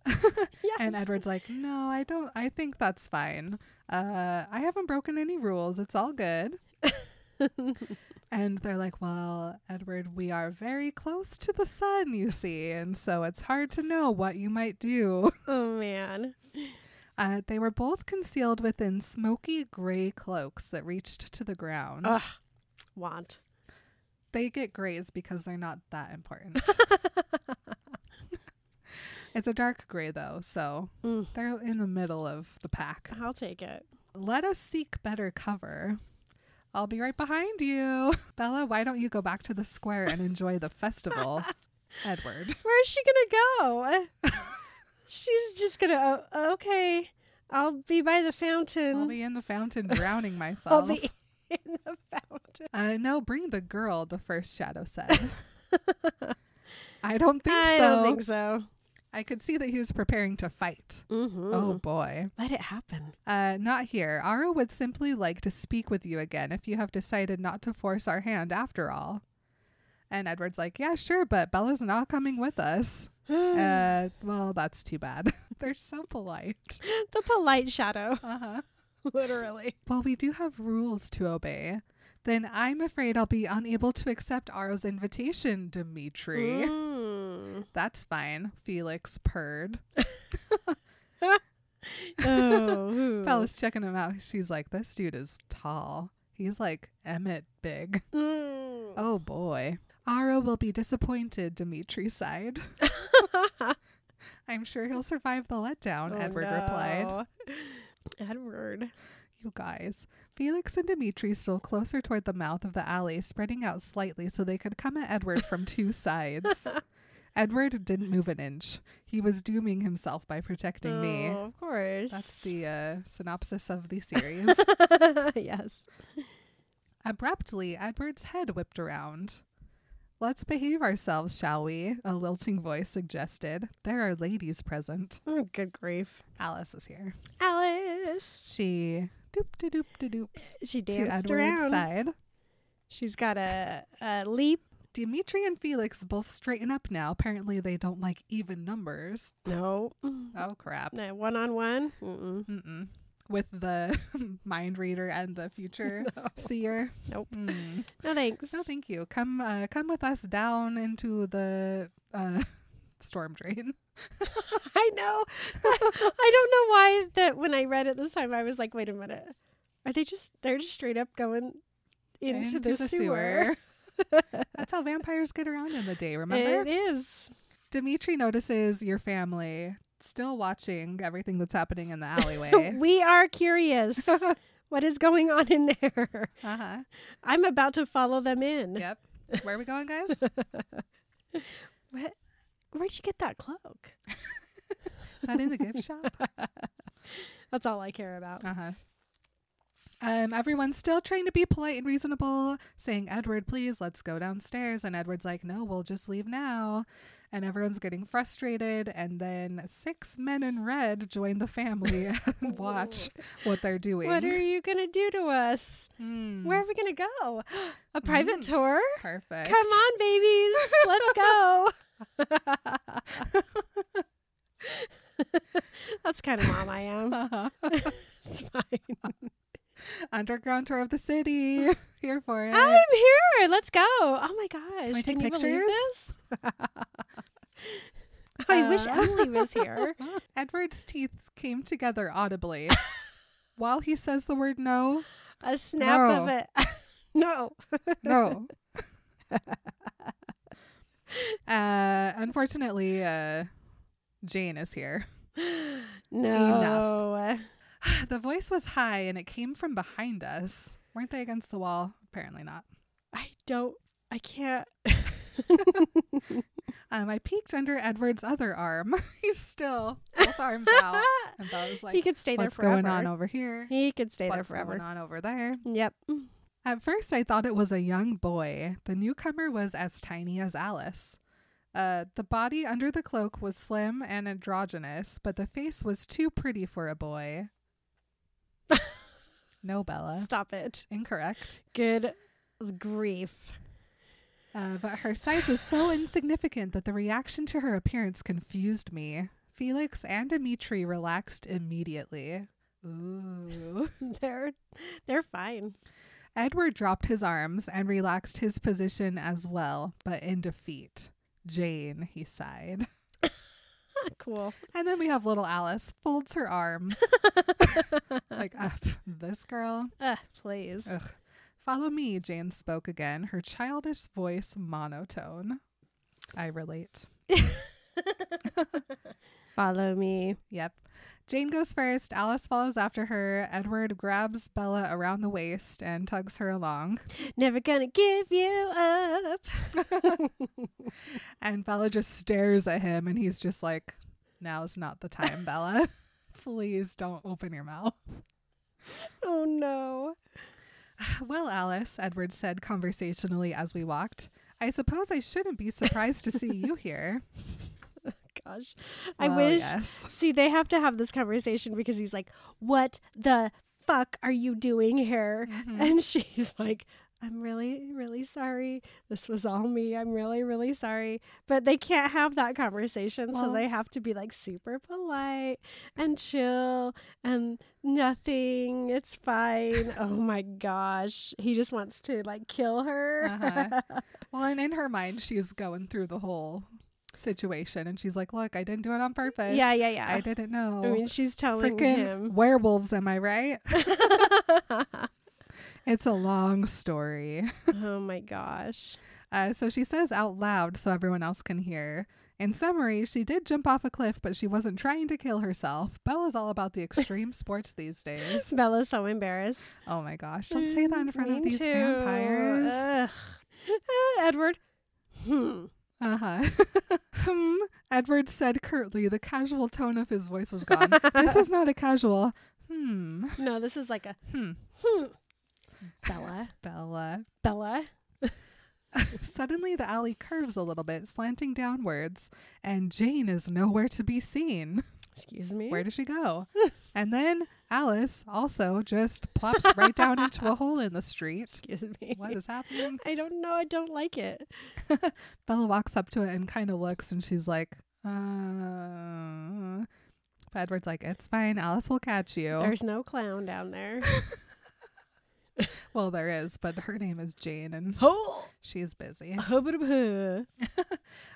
S3: yes.
S2: And Edward's like, "No, I don't. I think that's fine. Uh, I haven't broken any rules. It's
S3: [LAUGHS]
S2: all good." and they're like, "Well, Edward, we are very close to the sun, you see, and so it's hard to know what you might do."
S3: oh man.
S2: Uh, they were both concealed within smoky gray cloaks that reached to the ground.
S3: Ugh. Want.
S2: They get grays because they're not that important.
S3: [LAUGHS]
S2: it's a dark gray, though, so
S3: Mm.
S2: they're in the middle of the pack.
S3: I'll take it.
S2: Let us seek better cover. I'll be right behind you. [LAUGHS] Bella, why don't you go back to the square and enjoy
S3: [LAUGHS]
S2: the festival? Edward.
S3: Where is she gonna
S2: [LAUGHS]
S3: go? She's just gonna. Oh, okay. I'll be by the fountain.
S2: I'll be in
S3: [LAUGHS]
S2: the fountain drowning
S3: I'll
S2: myself.
S3: be [LAUGHS] in the fountain.
S2: Uh, no, bring the girl, the first shadow
S3: [LAUGHS]
S2: said. I don't think
S3: I
S2: so.
S3: don't think so.
S2: I could see that he was preparing to fight.
S3: Mm-hmm.
S2: Oh boy.
S3: Let it happen.
S2: Uh, not here. Ara would simply like to speak with you again if you have decided not to force our hand after all. And Edward's like, yeah, sure, but Bella's not coming with us.
S3: [LAUGHS]
S2: uh, well, that's too bad. [LAUGHS] They're so polite.
S3: [GASPS] The polite shadow, [LAUGHS]
S2: Uh-huh.
S3: literally.
S2: Well, we do have rules to obey. Then I'm afraid I'll be unable to accept Ara's invitation, Dimitri.
S3: Mm.
S2: That's fine. Felix purred.
S3: Oh,
S2: Bella's checking him out. She's like, this dude is tall. He's like Emmett big.
S3: Mm.
S2: Oh boy. Ara will be disappointed,
S3: [LAUGHS]
S2: Dimitri sighed. I'm sure he'll survive the letdown,
S3: Oh,
S2: Edward replied.
S3: no. [LAUGHS] Edward.
S2: You guys. Felix and Dimitri stole
S3: [LAUGHS]
S2: closer toward the mouth of the alley, spreading out slightly so they could come at Edward from two sides. Edward didn't move an inch. He was dooming himself by protecting me.
S3: Oh, of course. [LAUGHS]
S2: That's the uh, synopsis of the series.
S3: yes.
S2: Abruptly, Edward's head whipped around. Let's behave ourselves, shall we? A lilting voice suggested. There are ladies present.
S3: Oh, good grief.
S2: Alice is here.
S3: Alice.
S2: She doop de doop de doops
S3: She
S2: to Edward's
S3: danced around.
S2: side.
S3: She's got a, a leap.
S2: Dimitri and Felix both straighten up now. Apparently, they don't like even numbers.
S3: No.
S2: Oh, crap.
S3: One on one.
S2: Mm-mm. With the [LAUGHS] mind reader and the [LAUGHS] future seer.
S3: Nope.
S2: Mm.
S3: No thanks.
S2: No, [LAUGHS] thank you. Come, uh, come with us down into the uh, [LAUGHS] storm drain.
S3: [LAUGHS] I know. I don't know why that when I read it this time, I was like, wait a minute. Are they just, they're just straight up going into, the, sewer. [LAUGHS]
S2: That's how vampires get around in the day. Remember,
S3: It is.
S2: Dimitri notices your family still watching everything that's happening [LAUGHS] in the alleyway.
S3: [LAUGHS] We are
S2: [LAUGHS]
S3: curious. what is going on in there?
S2: uh huh.
S3: I'm about to follow them in.
S2: Yep. Where are we going, [LAUGHS] guys? Is
S3: What? Where'd you get that cloak?
S2: that in the gift shop?
S3: That's all I care about.
S2: Uh huh. Um, everyone's still trying to be polite and reasonable, saying, Edward, please, let's go downstairs. And Edward's like, no, we'll just leave now. And everyone's getting frustrated. And then six men in red join the family [LAUGHS]
S3: [LAUGHS]
S2: and watch what they're doing.
S3: What are you going to do to us?
S2: Mm,
S3: Where are we going to go? [GASPS] A private
S2: Mm.
S3: tour?
S2: perfect.
S3: Come on, babies. Let's go.
S2: [LAUGHS]
S3: [LAUGHS] That's kind of mom I
S2: [LAUGHS]
S3: am.
S2: Uh-huh.
S3: It's
S2: [LAUGHS]
S3: fine.
S2: Underground tour of the city. [LAUGHS] Here for it.
S3: I'm here. Let's go. Oh my gosh.
S2: we take
S3: Can you believe
S2: pictures?
S3: this?
S2: [LAUGHS]
S3: I wish
S2: Uh.
S3: Emily was
S2: [LAUGHS]
S3: here.
S2: Edward's teeth came together
S3: [LAUGHS]
S2: audibly. While he says the word no,
S3: A snap of
S2: No.
S3: it. [LAUGHS] No. [LAUGHS]
S2: No. uh, unfortunately, uh, Jane is here.
S3: No.
S2: [SIGHS] The voice was high and it came from behind us. Weren't they against the wall? Apparently not.
S3: I don't. I can't.
S2: Um, I peeked under Edward's other arm. [LAUGHS] He's still both arms
S3: [LAUGHS]
S2: out. And Bella was
S3: he
S2: like,
S3: could stay there
S2: what's
S3: forever.
S2: going on over here?
S3: He could stay
S2: What's
S3: there
S2: going
S3: forever.
S2: on over there?
S3: Yep.
S2: At first, I thought it was a young boy. The newcomer was as tiny as Alice. Uh, the body under the cloak was slim and androgynous, but the face was too pretty for a boy. no, Bella.
S3: Stop it.
S2: Incorrect.
S3: Good grief. [LAUGHS]
S2: Uh, but her size was so insignificant that the reaction to her appearance confused me. Felix and Dimitri relaxed immediately. Ooh.
S3: They're they're fine. [LAUGHS]
S2: Edward dropped his arms and relaxed his position as well, but in defeat. Jane, he sighed.
S3: cool.
S2: And then we have little Alice folds her arms. like, up, this girl.
S3: Uh, please.
S2: Ugh. Follow me, Jane spoke again, her childish voice monotone. I relate.
S3: Follow me.
S2: Yep. Jane goes first, Alice follows after her. Edward grabs Bella around the waist and tugs her along.
S3: Never gonna give you up.
S2: And Bella just stares at him and he's just like, Now's not the [LAUGHS] time, Bella. Please don't open your mouth.
S3: Oh no.
S2: Well, Alice, Edward said conversationally as we walked, I suppose I shouldn't be surprised to see you [LAUGHS] here.
S3: Gosh. I
S2: Well,
S3: wish.
S2: Yes.
S3: See, they have to have this conversation because he's like, "What the fuck are you doing here?"
S2: Mm-hmm.
S3: And [LAUGHS] she's like, "I'm really, really sorry. This was all me. I'm really, really sorry." But they can't have that conversation,
S2: Well-
S3: so they have to be like super polite and chill and nothing. It's
S2: [LAUGHS]
S3: fine. oh my gosh, he just wants to like kill her.
S2: Uh-huh. [LAUGHS] Well, and in her mind, she's going through the whole situation and she's like, Look, I didn't do it on
S3: [LAUGHS]
S2: purpose.
S3: yeah, yeah, yeah.
S2: I didn't know.
S3: I mean, she's telling
S2: Freaking [LAUGHS]
S3: him.
S2: werewolves, am I [LAUGHS] right? It's a long story.
S3: oh my gosh.
S2: Uh, so she says out loud so everyone else can hear. In summary, she did jump off a cliff, but she wasn't trying to kill herself. Bella's all about the extreme sports these days.
S3: Bella's so embarrassed. Mm,
S2: Oh my gosh, don't say that in front of
S3: Me
S2: these
S3: too.
S2: vampires.
S3: Ugh. Ah, Edward. Hmm.
S2: Uh huh. [LAUGHS] hmm. Edward said curtly. The casual tone of his voice was gone. this is not a casual. Hmm.
S3: No, this is like a
S2: Hmm.
S3: hmm. Bella.
S2: Bella.
S3: Bella.
S2: Suddenly, the alley curves a little bit, slanting downwards, and Jane is nowhere to be seen.
S3: Excuse me.
S2: Where does
S3: [LAUGHS]
S2: she go? and then Alice also just plops right down into a hole in the street.
S3: Excuse me.
S2: What is happening?
S3: [LAUGHS] I don't know. I don't like it.
S2: Bella walks up to it and kind of looks, and she's like, uh. But Edward's like, it's fine. Alice will catch you.
S3: There's no clown down
S2: [LAUGHS]
S3: there.
S2: well, there is, but her name is Jane, and
S3: [GASPS] oh.
S2: she's busy.
S3: That's
S2: Uh,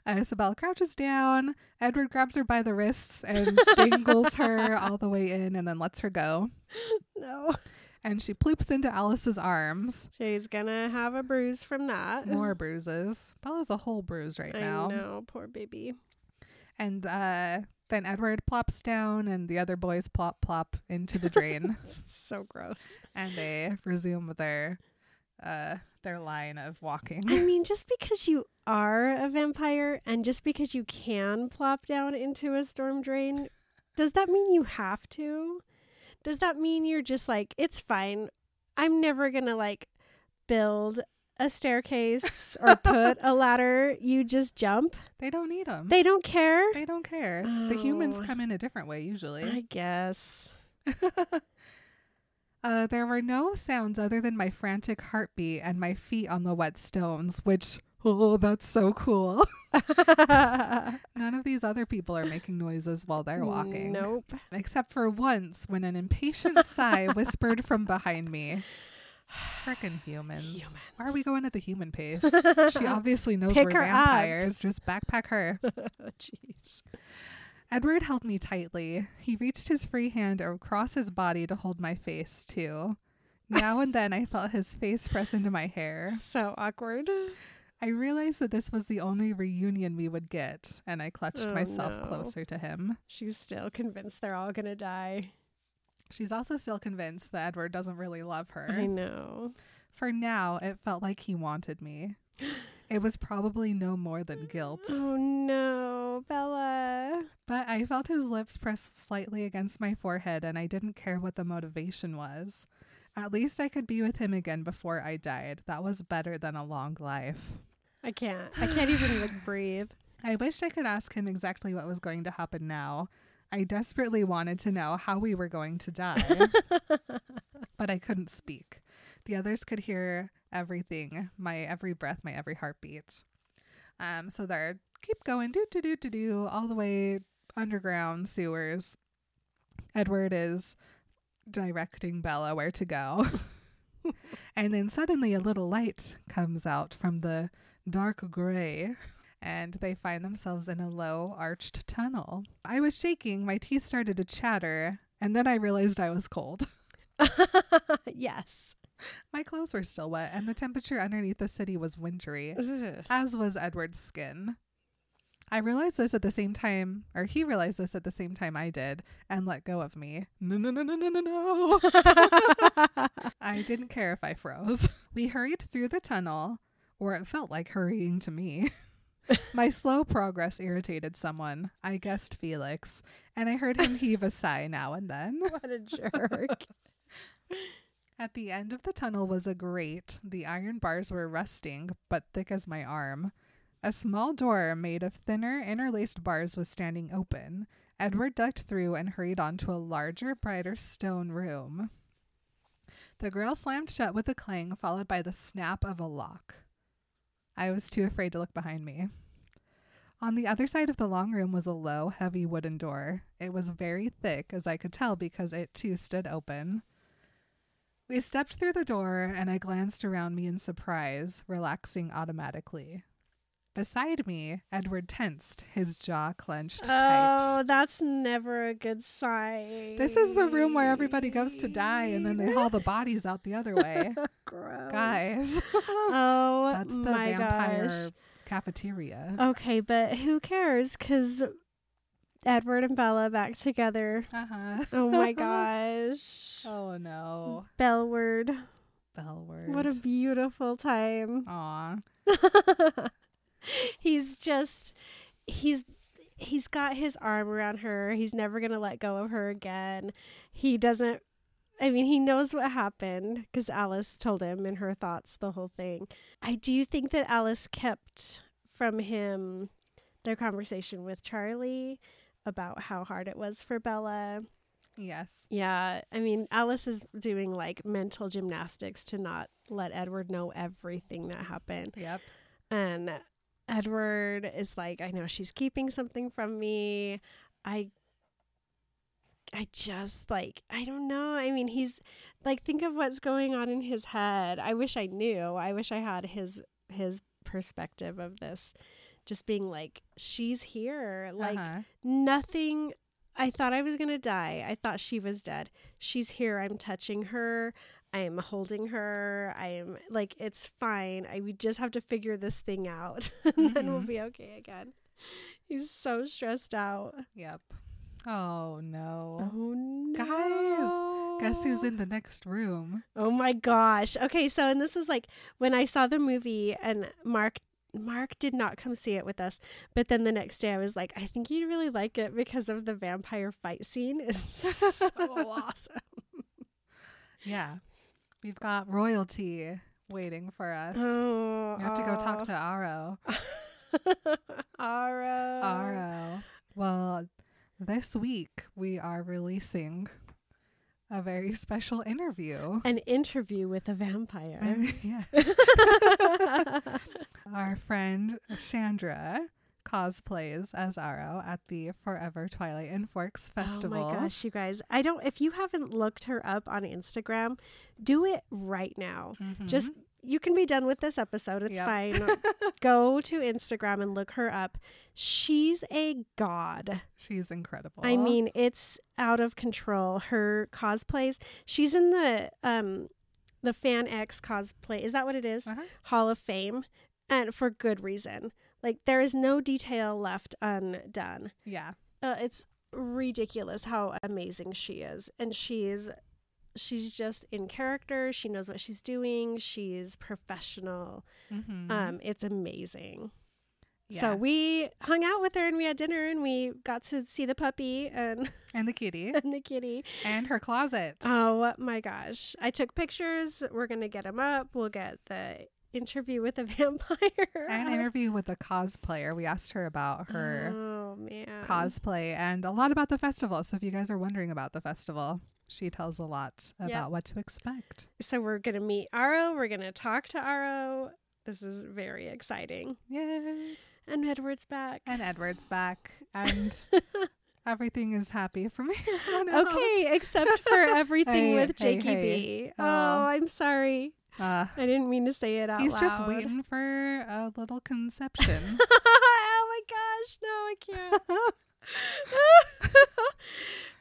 S2: Isabel crouches down. Edward grabs her by the wrists and dangles
S3: [LAUGHS]
S2: her all the way in and then lets her go.
S3: no.
S2: And she ploops into Alice's arms.
S3: She's gonna have a bruise from that.
S2: More bruises. Bella's a whole bruise right
S3: I
S2: now.
S3: know, poor baby.
S2: And uh, then Edward plops down and the other boys plop plop into
S3: [LAUGHS]
S2: the drain.
S3: It's so gross.
S2: and they resume their uh, their line of walking.
S3: I mean, just because you are a vampire and just because you can plop down into a storm drain, does that mean you have to? Does that mean you're just like, it's fine. I'm never going to like build a staircase or put
S2: [LAUGHS]
S3: a ladder. You just jump.
S2: They don't need them.
S3: They don't care.
S2: They don't care. The humans
S3: Oh.
S2: come in a different way usually.
S3: I guess.
S2: Uh, there were no sounds other than my frantic heartbeat and my feet on the wet stones, which, oh, that's so
S3: [LAUGHS]
S2: cool. [LAUGHS] None of these other people are making noises while they're walking. [LAUGHS]
S3: Nope.
S2: Except for once when an impatient
S3: [LAUGHS]
S2: sigh whispered from behind me. Frickin' humans. Why are we going at the human pace?
S3: [LAUGHS]
S2: She obviously knows
S3: Pick
S2: we're
S3: her up.
S2: vampires. Just backpack her. [LAUGHS]
S3: Jeez.
S2: Edward held me tightly. He reached his free hand across his body to hold my face, too. Now and then I felt his face press into my hair.
S3: [LAUGHS] So awkward.
S2: I realized that this was the only reunion we would get, and I clutched
S3: Oh,
S2: myself
S3: no.
S2: closer to him.
S3: She's still convinced they're all going to die.
S2: She's also still convinced that Edward doesn't really love her.
S3: I know.
S2: For now, it felt like he wanted me. It was probably no more than guilt,
S3: Oh no, Bella.
S2: but I felt his lips press slightly against my forehead, and I didn't care what the motivation was. At least I could be with him again before I died. That was better than a long life.
S3: I can't. I can't even [LAUGHS] like breathe.
S2: I wished I could ask him exactly what was going to happen now. I desperately wanted to know how we were going to die, but I couldn't speak. The others could hear everything my every breath, my every heartbeat. Um, so they're keep going, do, do, do, do, do, all the way underground sewers. Edward is directing Bella where to go. and then suddenly a little light comes out from the dark gray and they find themselves in a low arched tunnel. I was shaking, my teeth started to chatter, and then I realized I was cold. [LAUGHS]
S3: [LAUGHS] yes.
S2: My clothes were still wet, and the temperature underneath the city was wintry,
S3: Ugh.
S2: as was Edward's skin. I realized this at the same time, or he realized this at the same time I did, and let go of me. No, no, no, no, no, no, no. [LAUGHS] I didn't care if I froze. [LAUGHS] We hurried through the tunnel, or it felt like hurrying to me. My slow progress irritated someone, I guessed Felix, and I heard him heave a sigh now and then.
S3: what a [LAUGHS] jerk.
S2: At the end of the tunnel was a grate. The iron bars were rusting, but thick as my arm. A small door made of thinner, interlaced bars was standing open. Edward ducked through and hurried on to a larger, brighter stone room. The grill slammed shut with a clang, followed by the snap of a lock. I was too afraid to look behind me. On the other side of the long room was a low, heavy wooden door. It was very thick, as I could tell because it too stood open. We stepped through the door, and I glanced around me in surprise, relaxing automatically. Beside me, Edward tensed, his jaw clenched tight.
S3: Oh, that's never a good sign.
S2: This is the room where everybody goes to die, and then they haul the bodies out the
S3: [LAUGHS]
S2: other way.
S3: Gross.
S2: Guys,
S3: [LAUGHS] Oh,
S2: that's the
S3: my
S2: vampire
S3: gosh.
S2: cafeteria.
S3: Okay, but who cares? Because Edward and Bella back together.
S2: [LAUGHS] Uh-huh.
S3: Oh [LAUGHS] my gosh.
S2: oh no.
S3: Bellward.
S2: Bellward.
S3: What a beautiful time.
S2: Aw.
S3: [LAUGHS] he's just he's he's got his arm around her. He's never going to let go of her again. He doesn't I mean, he knows what happened because Alice told him in her thoughts the whole thing. I do think that Alice kept from him their conversation with Charlie about how hard it was for Bella.
S2: Yes.
S3: Yeah, I mean, Alice is doing like mental gymnastics to not let Edward know everything that happened.
S2: Yep.
S3: And Edward is like, I know she's keeping something from me. I I just like I don't know. I mean, he's like think of what's going on in his head. I wish I knew. I wish I had his his perspective of this. Just being like she's here. Like
S2: uh-huh.
S3: nothing I thought I was going to die. I thought she was dead. She's here. I'm touching her. I am holding her. I am like it's fine. I we just have to figure this thing out [LAUGHS] and then we'll
S2: Mhm.
S3: be okay again. He's so stressed out.
S2: Yep. Oh no.
S3: Oh no.
S2: Guys, Guess who's in the next room?
S3: Oh my gosh. Okay, so and this is like when I saw the movie and Mark Mark did not come see it with us, but then the next day I was like, I think you'd really like it because of the vampire fight scene. It's
S2: [LAUGHS]
S3: so [LAUGHS] awesome.
S2: Yeah. We've got royalty waiting for us.
S3: Oh,
S2: we have to go talk to Aro.
S3: to Oh. [LAUGHS] Ara.
S2: Aro. Well, this week we are releasing a very special interview.
S3: An interview with a vampire.
S2: [LAUGHS]
S3: [LAUGHS] Oh
S2: yes. Our friend Chandra cosplays as Aro at the Forever Twilight and Forks Festival.
S3: Oh my gosh, you guys. I don't if you haven't looked her up on Instagram, do it right now.
S2: Mm-hmm.
S3: Just you can be done with this episode. It's
S2: Yep. [LAUGHS]
S3: fine. Go to Instagram and look her up. She's a god.
S2: She's incredible.
S3: I mean, it's out of control. Her cosplays. She's in the um the Fan X cosplay. Is that what it is?
S2: Uh-huh.
S3: Hall of Fame, and for good reason. Like there is no detail left undone.
S2: yeah.
S3: Uh, it's ridiculous how amazing she is, and she's she's just in character. She knows what she's doing. She's professional.
S2: Mm-hmm.
S3: Um, it's amazing. So we hung out with her and we had dinner and we got to see the puppy and, [LAUGHS]
S2: and the kitty
S3: and the kitty.
S2: and her closet.
S3: Oh my gosh. I took pictures. We're going to get them up. We'll get the [LAUGHS] interview with a vampire.
S2: An
S3: up.
S2: interview with a cosplayer. We asked her about her
S3: Oh man.
S2: cosplay and a lot about the festival. So if you guys are wondering about the festival, she tells a lot
S3: Yep.
S2: about what to expect.
S3: so we're going to meet Aro. We're going to talk to Aro. This is very exciting.
S2: Yes.
S3: And Edward's back.
S2: And Edward's back
S3: [LAUGHS]
S2: and everything is happy for me. [LAUGHS] on out.
S3: okay, except for everything
S2: [LAUGHS] Hey,
S3: with
S2: hey,
S3: Jakey
S2: hey.
S3: B. Oh,
S2: Oh.
S3: I'm sorry.
S2: Uh,
S3: I didn't mean to say it out
S2: he's
S3: loud.
S2: just waiting for a
S3: [LAUGHS]
S2: little conception.
S3: oh my gosh, no, I can't. [LAUGHS]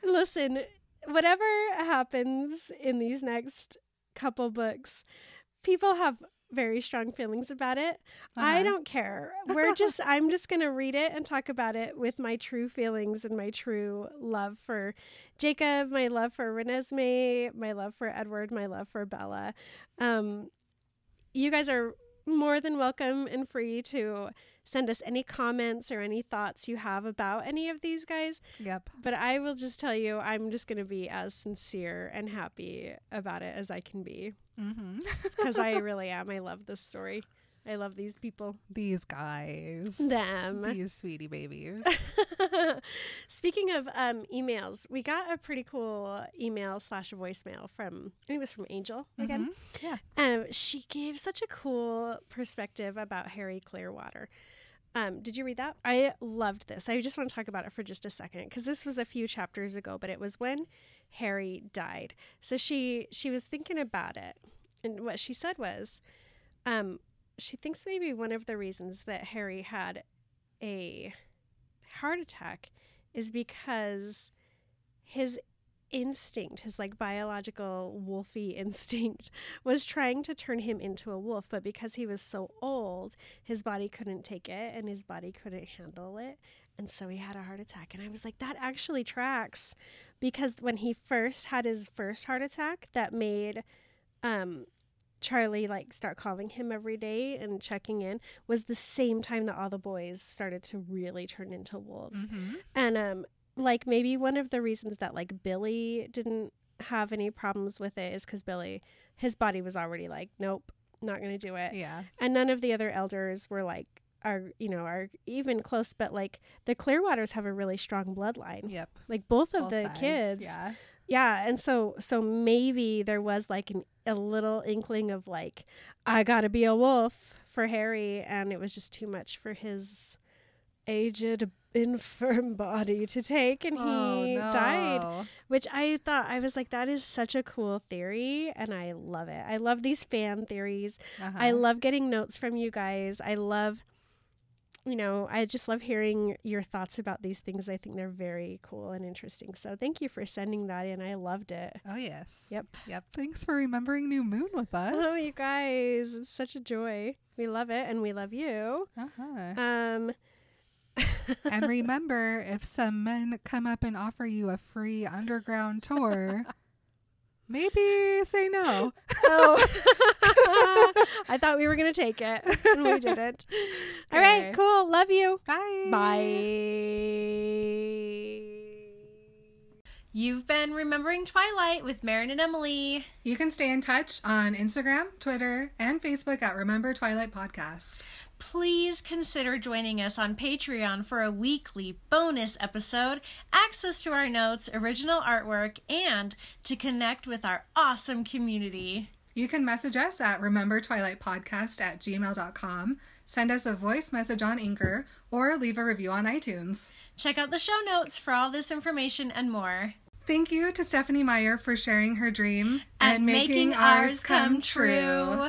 S3: Listen, whatever happens in these next couple books, people have very strong feelings about it. I
S2: Uh-huh.
S3: don't care. We're [LAUGHS] just I'm just going to read it and talk about it with my true feelings and my true love for Jacob, my love for Renesmee, my love for Edward, my love for Bella. Um you guys are more than welcome and free to send us any comments or any thoughts you have about any of these guys.
S2: Yep.
S3: But I will just tell you, I'm just going to be as sincere and happy about it as I can be
S2: hmm
S3: because I really am. I love this story. I love these people.
S2: These guys.
S3: Them.
S2: These sweetie babies.
S3: [LAUGHS] Speaking of um, emails, we got a pretty cool email slash voicemail from, I think it was from Angel again.
S2: Mhm. Yeah.
S3: Um, she gave such a cool perspective about Harry Clearwater. Um, did you read that? I loved this. I just want to talk about it for just a second because this was a few chapters ago, but it was when Harry died. So she she was thinking about it, and what she said was, um, she thinks maybe one of the reasons that Harry had a heart attack is because his instinct, his like biological wolfy [LAUGHS] instinct, was trying to turn him into a wolf, but because he was so old, his body couldn't take it and his body couldn't handle it. And so he had a heart attack. And I was like, that actually tracks because when he first had his first heart attack, that made um, Charlie like start calling him every day and checking in was the same time that all the boys started to really turn into wolves.
S2: Mm-hmm.
S3: And um like maybe one of the reasons that like Billy didn't have any problems with it is cuz Billy his body was already like nope, not going to do it.
S2: Yeah.
S3: And none of the other elders were like are you know are even close but like the Clearwaters have a really strong bloodline.
S2: Yep.
S3: Like both of
S2: Both
S3: the
S2: sides,
S3: kids
S2: Yeah.
S3: yeah, and so so maybe there was like an, a little inkling of like I got to be a wolf for Harry and it was just too much for his aged infirm [LAUGHS] body to take and he died,
S2: Oh, no.
S3: which I thought I was like that is such a cool theory and I love it. I love these fan theories.
S2: Uh-huh.
S3: I love getting notes from you guys. I love you know, I just love hearing your thoughts about these things. I think they're very cool and interesting. So thank you for sending that in. I loved it.
S2: Oh yes.
S3: Yep.
S2: Yep. Thanks for remembering New Moon with us.
S3: Oh, you guys, it's such a joy. We love it and we love [LAUGHS] you.
S2: uh-huh.
S3: Um
S2: and remember, if some men come up and offer you a free underground tour, maybe
S3: [LAUGHS]
S2: say no.
S3: oh. [LAUGHS] I thought we were going to take it and we didn't. [LAUGHS] All
S2: Okay.
S3: right, cool. Love you.
S2: Bye.
S3: Bye. You've been remembering Twilight with Marin and Emily.
S2: You can stay in touch on Instagram, Twitter, and Facebook at Remember Twilight Podcast.
S4: please consider joining us on Patreon for a weekly bonus episode, access to our notes, original artwork, and to connect with our awesome community.
S2: You can message us at remembertwilightpodcast at gmail.com, send us a voice message on Anchor, or leave a review on iTunes.
S4: Check out the show notes for all this information and more.
S2: Thank you to Stephanie Meyer for sharing her dream
S4: And making ours come true.